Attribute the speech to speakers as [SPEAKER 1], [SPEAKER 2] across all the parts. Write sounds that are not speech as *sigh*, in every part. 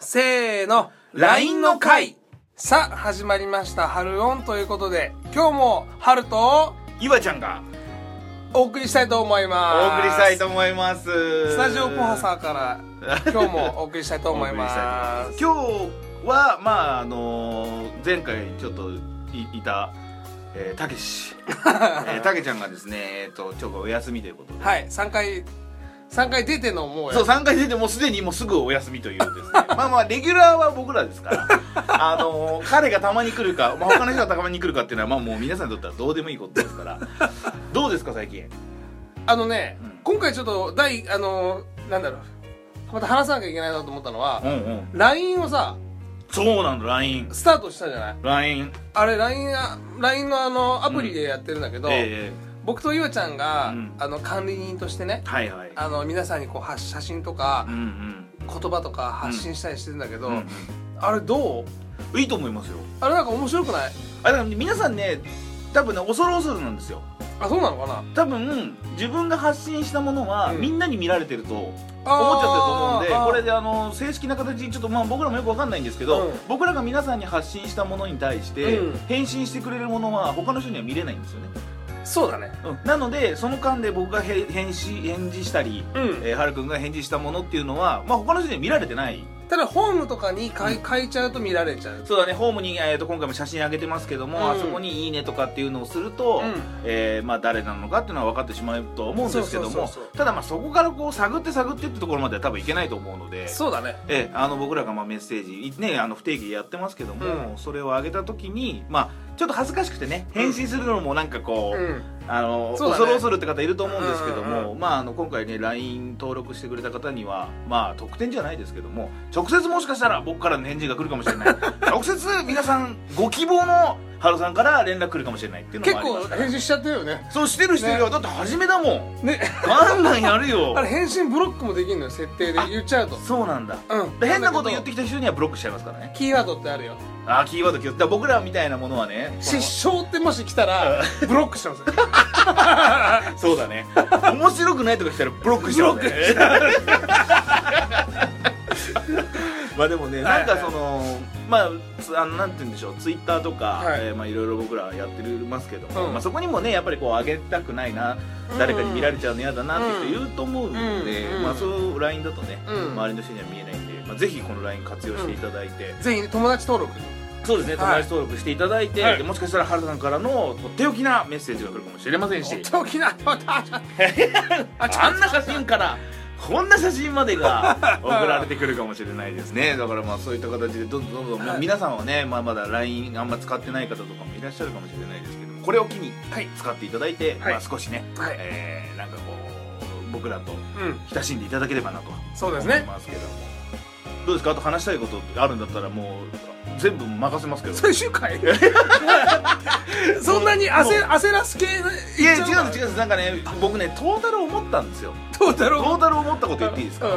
[SPEAKER 1] せーの LINE の会さあ始まりました「春オン」ということで今日も春と
[SPEAKER 2] 岩ちゃんが
[SPEAKER 1] お送りしたいと思います
[SPEAKER 2] お送りしたいと思います
[SPEAKER 1] スタジオポハさんから今日もお送りしたいと思います
[SPEAKER 2] 今日はまああのー前回ちょっといいたえーた
[SPEAKER 1] *laughs*
[SPEAKER 2] けしえーたけちゃんがですねえっとちょっとお休みということで、
[SPEAKER 1] はい3回3回出てのもう
[SPEAKER 2] そう3回出てもうすでにもうすぐお休みというですね
[SPEAKER 1] *laughs*
[SPEAKER 2] まあまあレギュラーは僕らですからあのー彼がたまに来るか、まあ、他の人がたまに来るかっていうのはまあもう皆さんにとってはどうでもいいことですからどうですか
[SPEAKER 1] *laughs*
[SPEAKER 2] 最近
[SPEAKER 1] あのね、
[SPEAKER 2] うん
[SPEAKER 1] 今回ちょっと第あのなんだろうまた話さなきゃいけないなと思ったのは
[SPEAKER 2] うんうん
[SPEAKER 1] LINE をさ
[SPEAKER 2] そうなの LINE
[SPEAKER 1] スタートしたじゃない
[SPEAKER 2] LINE
[SPEAKER 1] あれ LINE あ LINE のあのアプリでやってるんだけど、
[SPEAKER 2] え
[SPEAKER 1] 僕とゆあちゃんが、
[SPEAKER 2] うん
[SPEAKER 1] あの管理人としてね
[SPEAKER 2] えはいはい
[SPEAKER 1] あの皆さんにこう発写真とか
[SPEAKER 2] う、ん
[SPEAKER 1] 言葉とか発信したりしてるんだけど、
[SPEAKER 2] うんうん
[SPEAKER 1] あれどう
[SPEAKER 2] うんいいと思いますよ
[SPEAKER 1] あれなんか面白くない
[SPEAKER 2] あだから皆さんね多分ね恐る恐るなんですよ
[SPEAKER 1] あそうなのかな
[SPEAKER 2] 多分自分が発信したものは、
[SPEAKER 1] うん
[SPEAKER 2] みんなに見られてると思っちゃってると思
[SPEAKER 1] あ
[SPEAKER 2] うん
[SPEAKER 1] ー
[SPEAKER 2] でこれであの正式な形ちょっとまあ僕らもよくわかんないんですけど、
[SPEAKER 1] うん
[SPEAKER 2] 僕らが皆さんに発信したものに対して、
[SPEAKER 1] うん
[SPEAKER 2] 返信してくれるものは他の人には見れないんですよね、
[SPEAKER 1] そうだね
[SPEAKER 2] うんなのでその間で僕がへ返信返事したり、
[SPEAKER 1] うん
[SPEAKER 2] えー、はるくんが返事したものっていうのは、まあ、他の人には見られてない
[SPEAKER 1] ただホームとかに書い書いちゃうと見られちゃう
[SPEAKER 2] そうだねホームに、えー、と今回も写真上げてますけども、
[SPEAKER 1] うん
[SPEAKER 2] あそこに「いいね」とかっていうのをすると、
[SPEAKER 1] うん
[SPEAKER 2] えーまあ、誰なのかっていうのは分かってしまうとは思うんですけど
[SPEAKER 1] そうそう
[SPEAKER 2] も
[SPEAKER 1] そうそう
[SPEAKER 2] ただまあそこからこう探って探ってってところまでは多分いけないと思うので。
[SPEAKER 1] そうだね
[SPEAKER 2] えーあの僕らがまあメッセージ、ね、あの不定期でやってますけども、
[SPEAKER 1] うん
[SPEAKER 2] それを上げた時に、まあ、ちょっと恥ずかしくてね返信するのもなんかこ
[SPEAKER 1] う
[SPEAKER 2] う、
[SPEAKER 1] ん
[SPEAKER 2] あの
[SPEAKER 1] そうだね
[SPEAKER 2] 恐る恐るって方いると思うんですけども、
[SPEAKER 1] うんうん
[SPEAKER 2] まあ、あの今回ね LINE 登録してくれた方にはまあ特典じゃないですけども直接もしかしたら僕からの返事が来るかもしれない
[SPEAKER 1] *laughs*
[SPEAKER 2] 直接皆さんご希望のハロさんから連絡来るかもしれないっていうの
[SPEAKER 1] 結
[SPEAKER 2] もありま
[SPEAKER 1] 構
[SPEAKER 2] すから
[SPEAKER 1] 返信しちゃってるよね
[SPEAKER 2] そうしてるしてるよ、だって初めだもん
[SPEAKER 1] ね
[SPEAKER 2] ガンガンやるよ
[SPEAKER 1] *laughs* あれ返信ブロックもできるのよ設定で言っちゃうと
[SPEAKER 2] そうなんだ
[SPEAKER 1] うん
[SPEAKER 2] で変なこと言っ
[SPEAKER 1] だけ
[SPEAKER 2] てきた人にはブロックしちゃいますからね
[SPEAKER 1] どキーワードってあるよ
[SPEAKER 2] ああキーワード気をつけだから僕らみたいなものはねこの
[SPEAKER 1] 失笑ってもし来たらブロックしてますよ
[SPEAKER 2] *laughs* そうだね面白くないとか来たらブロックしちゃうねまあでもね
[SPEAKER 1] はい
[SPEAKER 2] なんかそのまあつあのなんて言うんでしょうツイッターとか、
[SPEAKER 1] はい
[SPEAKER 2] いえーまあいろいろ僕らやってますけども、
[SPEAKER 1] うん
[SPEAKER 2] まあそこにもねやっぱりこう上げたくないな誰かに見られちゃうの嫌だなって人いると思うんで、
[SPEAKER 1] うんうん
[SPEAKER 2] まあそういう LINE だとね、
[SPEAKER 1] うん
[SPEAKER 2] 周りの人には見えないんで、まあ、ぜひこの LINE 活用していただいて、
[SPEAKER 1] ぜひね友達登録
[SPEAKER 2] そうですね友
[SPEAKER 1] はい
[SPEAKER 2] 達登録していただいて、
[SPEAKER 1] はい
[SPEAKER 2] でもしかしたら春さんからのとっておきなメッセージが来るかもしれませんし
[SPEAKER 1] とっておきなあちょ
[SPEAKER 2] あんな写真からこんな写真まで *laughs* が送られてくるかもしれないですね *laughs* だからまあそういった形でどんどんどんどん、
[SPEAKER 1] はい
[SPEAKER 2] まあ皆さんはね、まあ、まだ LINE あんま使ってない方とかもいらっしゃるかもしれないですけどもこれを機に
[SPEAKER 1] はい
[SPEAKER 2] 使っていただいて、
[SPEAKER 1] はい
[SPEAKER 2] まあ、少しね、
[SPEAKER 1] はい
[SPEAKER 2] えーなんかこう僕らと
[SPEAKER 1] うん
[SPEAKER 2] 親しんでいただければなと
[SPEAKER 1] そうです
[SPEAKER 2] 思い
[SPEAKER 1] ね
[SPEAKER 2] ますけどもどうですかあと話したいことあるんだったらもう全部任せ *laughs* ますけど
[SPEAKER 1] 最終回 *laughs* そんなに焦焦らす系
[SPEAKER 2] いや違うんです
[SPEAKER 1] う
[SPEAKER 2] 違うんですなんかね僕ねトータル思ったんですよ
[SPEAKER 1] どうだ
[SPEAKER 2] ト
[SPEAKER 1] ろう
[SPEAKER 2] ータル思ったこと言っていいですか
[SPEAKER 1] うん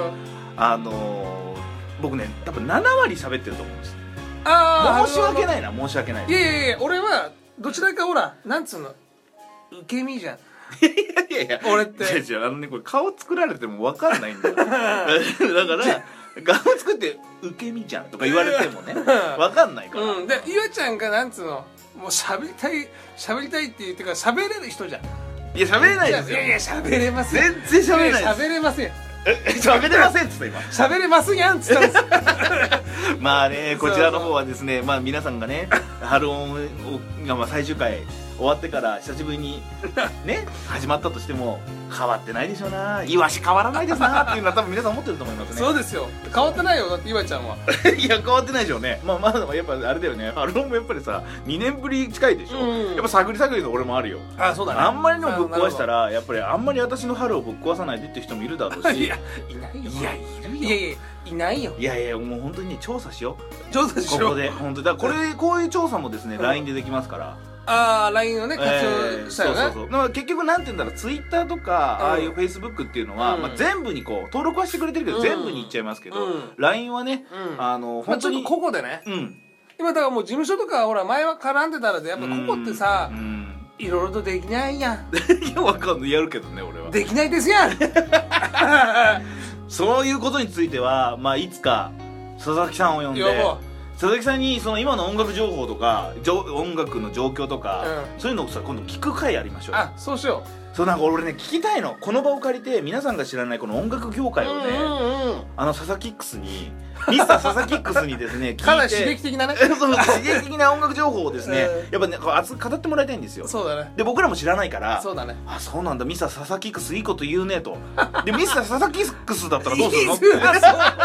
[SPEAKER 2] あのー僕ね多分7割喋ってると思うんです
[SPEAKER 1] ああ
[SPEAKER 2] 申し訳ないな申し訳ない
[SPEAKER 1] いやいやいや俺はどちらかほらなんつうの受け身じゃん
[SPEAKER 2] いやいや
[SPEAKER 1] 俺って
[SPEAKER 2] 違う違うあのねこれ顔作られても分かんない
[SPEAKER 1] *laughs*
[SPEAKER 2] んだよだから顔作って「受け身じゃん」とか言われてもね分かんないから、
[SPEAKER 1] うんでゆあちゃんがなんつうのもう喋りたい喋りたいって言ってから喋れる人じゃん
[SPEAKER 2] いや喋れないです
[SPEAKER 1] いやいや
[SPEAKER 2] よ
[SPEAKER 1] 喋れますよ
[SPEAKER 2] 全然喋れない
[SPEAKER 1] い
[SPEAKER 2] で
[SPEAKER 1] や
[SPEAKER 2] す
[SPEAKER 1] 喋れますよ
[SPEAKER 2] え喋れませんっつった今
[SPEAKER 1] 喋れますやんっつったんです
[SPEAKER 2] *laughs*
[SPEAKER 1] よ
[SPEAKER 2] まあねこちらの方はですねまあ皆さんが *laughs* ね「春音を」がまあ最終回終わってから久しぶり *laughs* にね始まったとしても変わってないでしょうなイワシ変わらないですなっていうのは多分皆さん思ってると思いますね
[SPEAKER 1] そうですよ変わってないよだってゆあちゃんはい
[SPEAKER 2] や変わってないでしょうねまあまだやっぱあれだよねハローもやっぱりさ2年ぶり近いでしょ、
[SPEAKER 1] うん
[SPEAKER 2] やっぱ探り探りの俺もあるよ
[SPEAKER 1] あそうだ
[SPEAKER 2] あんまりのぶっ壊したらやっぱりあんまり私の春をぶっ壊さないでって人もいるだろうし
[SPEAKER 1] いやいないよ
[SPEAKER 2] いやいるよ
[SPEAKER 1] いやいやいないよ
[SPEAKER 2] いやいやもう本当にね調査しよ
[SPEAKER 1] 上手で
[SPEAKER 2] う
[SPEAKER 1] し
[SPEAKER 2] こ
[SPEAKER 1] ょ
[SPEAKER 2] こで本当にだからこれこういう調査もですね、
[SPEAKER 1] うん
[SPEAKER 2] LINE でできますから
[SPEAKER 1] ああ LINE をね活
[SPEAKER 2] え
[SPEAKER 1] 用
[SPEAKER 2] ー
[SPEAKER 1] したよね、
[SPEAKER 2] そうそうそうまあ結局なんて言うんだろうツイッターとか、
[SPEAKER 1] うん
[SPEAKER 2] ああいうフェイスブックっていうのは、
[SPEAKER 1] うん
[SPEAKER 2] まあ、全部にこう登録はしてくれてるけど、
[SPEAKER 1] うん
[SPEAKER 2] 全部にいっちゃいますけど、
[SPEAKER 1] うん
[SPEAKER 2] LINE はね、
[SPEAKER 1] うん
[SPEAKER 2] あの
[SPEAKER 1] まあ
[SPEAKER 2] 本
[SPEAKER 1] ちょっと
[SPEAKER 2] 当に、
[SPEAKER 1] ここでね
[SPEAKER 2] うん
[SPEAKER 1] 今だからもう事務所とかほら前は絡んでたらでやっぱここってさ
[SPEAKER 2] うん
[SPEAKER 1] いろいろとできないやん
[SPEAKER 2] いやわかんないやるけどね俺は
[SPEAKER 1] できないですやん
[SPEAKER 2] そういうことについてはまあいつか佐々木さんを呼んで
[SPEAKER 1] 呼ぼう
[SPEAKER 2] 佐々木さんにその今の音楽情報とかじょ音楽の状況とか、
[SPEAKER 1] う
[SPEAKER 2] そういうのをさ今度聞く回やりましょうよ
[SPEAKER 1] あそうしよ
[SPEAKER 2] そうなんか俺ね聞きたいのこの場を借りて皆さんが知らないこの音楽業
[SPEAKER 1] う、
[SPEAKER 2] 界をね、
[SPEAKER 1] うんうんうん
[SPEAKER 2] あの佐々木ックスにミスター佐々木ックスにです
[SPEAKER 1] *laughs*
[SPEAKER 2] ね聞いて
[SPEAKER 1] かなり刺激的
[SPEAKER 2] *laughs*
[SPEAKER 1] なね
[SPEAKER 2] そう刺激的な音楽情報をですね、
[SPEAKER 1] う
[SPEAKER 2] やっぱねこう熱く語ってもらいたいんですよ
[SPEAKER 1] そうだね
[SPEAKER 2] で僕らも知らないから
[SPEAKER 1] そうだね
[SPEAKER 2] あそうなんだミスター佐々木ックスいいこと言う
[SPEAKER 1] *laughs*
[SPEAKER 2] ねとでミスター佐々木ックスだったらどうするのって
[SPEAKER 1] 言いづらそうさ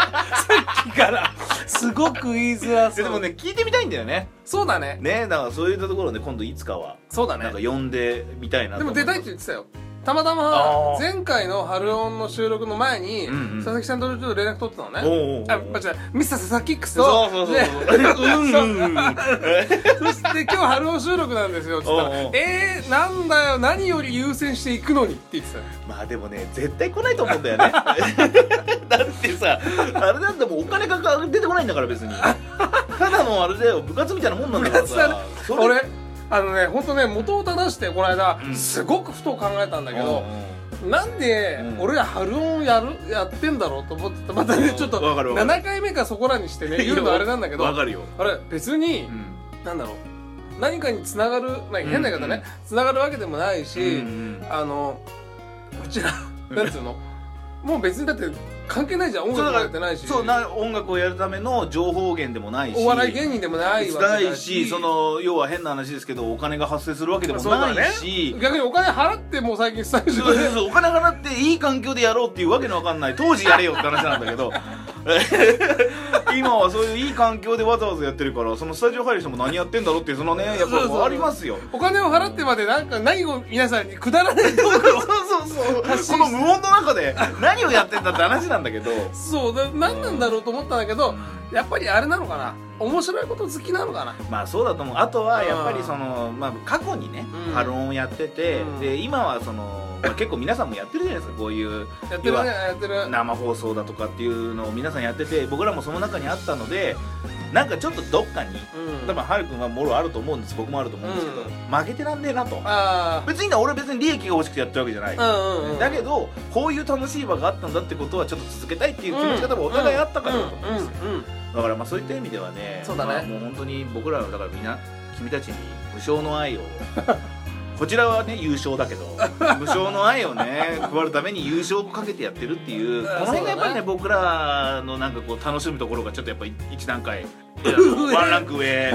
[SPEAKER 1] っきからすごく言いづらそ
[SPEAKER 2] で
[SPEAKER 1] う
[SPEAKER 2] でもね聞いてみたいんだよね
[SPEAKER 1] そうだね
[SPEAKER 2] ねだからそういったところで今度いつかは
[SPEAKER 1] そうだね
[SPEAKER 2] なんか呼んでみたいな
[SPEAKER 1] で
[SPEAKER 2] と
[SPEAKER 1] も
[SPEAKER 2] 思
[SPEAKER 1] 出たいって言ってたよたまたま
[SPEAKER 2] あー
[SPEAKER 1] 前回の春音の収録の前に
[SPEAKER 2] うんうん
[SPEAKER 1] 佐々木さんとちょっと連絡取ってたのね
[SPEAKER 2] おうおうおう
[SPEAKER 1] あまあ違うミスター佐々木ックス
[SPEAKER 2] そ
[SPEAKER 1] と
[SPEAKER 2] うそうそう
[SPEAKER 1] で
[SPEAKER 2] そううんうんうん
[SPEAKER 1] *laughs* そして今日春音収録なんですよって言ったら
[SPEAKER 2] おうおう
[SPEAKER 1] 「えー、なんだよ何より優先していくのに」って言ってたよ
[SPEAKER 2] まあでもね絶対来ないと思うんだよね *laughs* だってさあれなんてもうお金がか出てこないんだから別にただのあれだよ部活みたいなもんなんだから
[SPEAKER 1] 部活だね
[SPEAKER 2] さそれ
[SPEAKER 1] 俺あのね本当ね元を正してこの間、
[SPEAKER 2] うん
[SPEAKER 1] すごくふと考えたんだけ
[SPEAKER 2] う
[SPEAKER 1] ど
[SPEAKER 2] ん、
[SPEAKER 1] なんで
[SPEAKER 2] うん
[SPEAKER 1] 俺ら春音やるやってんだろうと思ってたまたね
[SPEAKER 2] うん
[SPEAKER 1] ちょっと
[SPEAKER 2] わかるわかる
[SPEAKER 1] 7回目かそこらにして
[SPEAKER 2] うん
[SPEAKER 1] ね言うのあれなんだけど
[SPEAKER 2] わかるよ、
[SPEAKER 1] あれ別に、
[SPEAKER 2] うん
[SPEAKER 1] なんだろう何かにつながるなんか変な言い方
[SPEAKER 2] うんうん
[SPEAKER 1] ねつながるわけでもないし、
[SPEAKER 2] うん
[SPEAKER 1] あのうちらなんつうのもう別にだって関係ないじゃん音
[SPEAKER 2] そうだ
[SPEAKER 1] 楽
[SPEAKER 2] か
[SPEAKER 1] も
[SPEAKER 2] ら
[SPEAKER 1] やってないし
[SPEAKER 2] そうな音楽をやるための情報源でもないし
[SPEAKER 1] お笑い芸人でもないわ
[SPEAKER 2] な
[SPEAKER 1] けだ
[SPEAKER 2] い
[SPEAKER 1] し
[SPEAKER 2] しその要は変な話ですけどお金が発生するわけでも
[SPEAKER 1] そうだね
[SPEAKER 2] ないし
[SPEAKER 1] 逆にお金払ってもう最近スタジ
[SPEAKER 2] そ
[SPEAKER 1] オ
[SPEAKER 2] うそう
[SPEAKER 1] で
[SPEAKER 2] そうお金払っていい環境でやろうっていうわけのわかんない当時やれよって話なんだけど *laughs* 今はそういういい環境でわざわざやってるからそのスタジオ入る人も何やってんだろうっていうそのねやっぱ
[SPEAKER 1] そうそう
[SPEAKER 2] ありますよ
[SPEAKER 1] お金を払ってまでなんか何を皆さんにくだらない
[SPEAKER 2] *laughs* そうそうそうこの無音の中で何をやってんだって話なんだけど
[SPEAKER 1] そうだ何なんだろうと思ったんだけどやっぱりあれなのかな面白いこと好きなのかな
[SPEAKER 2] まあそうだと思うあとはやっぱりその、まあ、過去にね
[SPEAKER 1] うん
[SPEAKER 2] ハロンをやってて、
[SPEAKER 1] うん
[SPEAKER 2] で今はその、まあ、結構皆さんもやってるじゃないですかこういう
[SPEAKER 1] やってるねやってる
[SPEAKER 2] 生放送だとかっていうのを皆さんやってて僕らもその中にあったのでなんかちょっとどっかに
[SPEAKER 1] うん
[SPEAKER 2] 多分ハル君はもろあると思うんです僕もあると思うんですけど、
[SPEAKER 1] うん
[SPEAKER 2] 負けてらんねえなと
[SPEAKER 1] あ
[SPEAKER 2] 別にな俺別に利益が欲しくてやってるわけじゃない、
[SPEAKER 1] あうんうんうん
[SPEAKER 2] だけどこういう楽しい場があったんだってことはちょっと続けたいっていう気持ちが多分お互いあったからだと思うんですよ、
[SPEAKER 1] うんうんうん
[SPEAKER 2] だからまあそういった意味ではね
[SPEAKER 1] そうだね
[SPEAKER 2] まあもう本当に僕らはだからみんな君たちに無償の愛を *laughs* こちらはね優勝だ
[SPEAKER 1] *laughs*
[SPEAKER 2] けど無償の愛をね配るために優勝をかけてやってるっていう
[SPEAKER 1] うん
[SPEAKER 2] この辺がやっぱり
[SPEAKER 1] そうだね
[SPEAKER 2] ね僕らのなんかこう楽しむところがちょっとやっぱり一段階
[SPEAKER 1] *laughs* 上
[SPEAKER 2] *laughs* ワンランク上、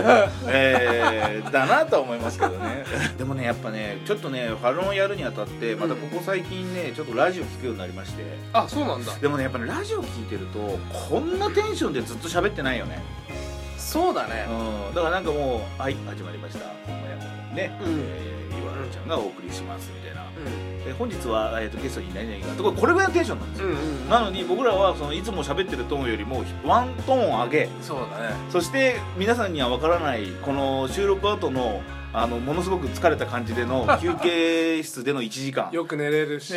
[SPEAKER 2] えーだなとは思いますけどね *laughs* でもねやっぱねちょっとねハロンをやるにあたってまたここ最近ねちょっとラジオ聞くようになりまして
[SPEAKER 1] あそうなんだ
[SPEAKER 2] でもねやっぱねラジオ聞いてるとこんなテンションでずっと喋ってないよね
[SPEAKER 1] そうだね
[SPEAKER 2] うん、だからなんかもう「はい始まりました」ほんまやね、
[SPEAKER 1] うん
[SPEAKER 2] えー、岩原ちゃんがお送りしますみたいな
[SPEAKER 1] う
[SPEAKER 2] で本日は、えー、とゲストに何々がとかこれぐらいのテンションなんですよ、
[SPEAKER 1] んうん
[SPEAKER 2] なのに僕らはそのいつも喋ってるトーンよりもワントーン上げ
[SPEAKER 1] そうだね
[SPEAKER 2] そして皆さんには分からないこの収録後のあのものすごく疲れた感じ
[SPEAKER 1] *laughs*
[SPEAKER 2] での休憩室での1時間
[SPEAKER 1] よく寝れるし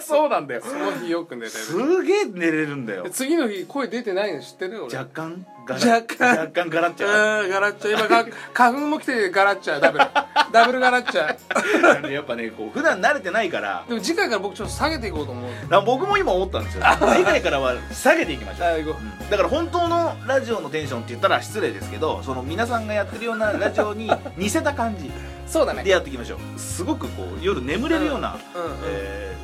[SPEAKER 2] そうなんだよ
[SPEAKER 1] その日よく寝れる
[SPEAKER 2] すげえ寝れる
[SPEAKER 1] *laughs*
[SPEAKER 2] んだよ
[SPEAKER 1] 次の日声出てないの知ってる俺
[SPEAKER 2] 若干ガラ
[SPEAKER 1] 若干
[SPEAKER 2] 若干ガラッちゃう
[SPEAKER 1] あーガラッチャ今が花粉も来てるガラッチャ
[SPEAKER 2] *laughs*
[SPEAKER 1] ダブルダブルガラッチャ
[SPEAKER 2] なんでやっぱねこう普段慣れてないから
[SPEAKER 1] でも次回から僕ちょっと下げていこうと思う
[SPEAKER 2] だから僕も今思ったんですよ次回からは下げていきましょう、
[SPEAKER 1] いこ
[SPEAKER 2] うんだから本当のラジオのテンションって言ったら失礼ですけどその皆さんがやってるよう *laughs* なラジオに似せた感じ
[SPEAKER 1] そうだ
[SPEAKER 2] でやっていきましょうすごくこう夜眠れるような、
[SPEAKER 1] うんうん
[SPEAKER 2] えー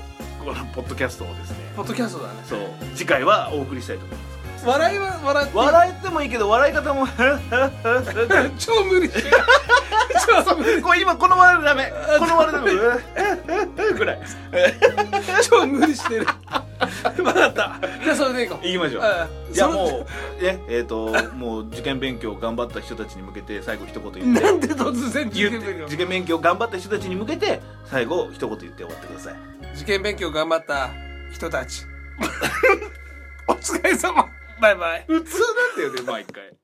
[SPEAKER 2] このポッドキャストをですね
[SPEAKER 1] ポッドキャストだね
[SPEAKER 2] そう次回はお送りしたいと思います
[SPEAKER 1] 笑いは笑って
[SPEAKER 2] 笑えてもいいけど笑い方も *laughs* こ
[SPEAKER 1] *laughs* 超無理
[SPEAKER 2] *laughs*
[SPEAKER 1] 超無理
[SPEAKER 2] れ今この笑いダメこの笑いダメ *laughs* ぐらい
[SPEAKER 1] 超無理してる分かったじゃあそれでいこう
[SPEAKER 2] いきましょう
[SPEAKER 1] うん
[SPEAKER 2] じゃあ
[SPEAKER 1] その
[SPEAKER 2] もうねえっ、ともう受験勉強頑張った人たちに向けて最後一言言って
[SPEAKER 1] なんで突然受
[SPEAKER 2] 言
[SPEAKER 1] 験
[SPEAKER 2] って
[SPEAKER 1] 勉強
[SPEAKER 2] 受験勉強頑張った人たちに向けて最後一言言って終わってください
[SPEAKER 1] 受験勉強頑張った人たち *laughs* お疲れ様バイバイ
[SPEAKER 2] 普通なんだよね毎回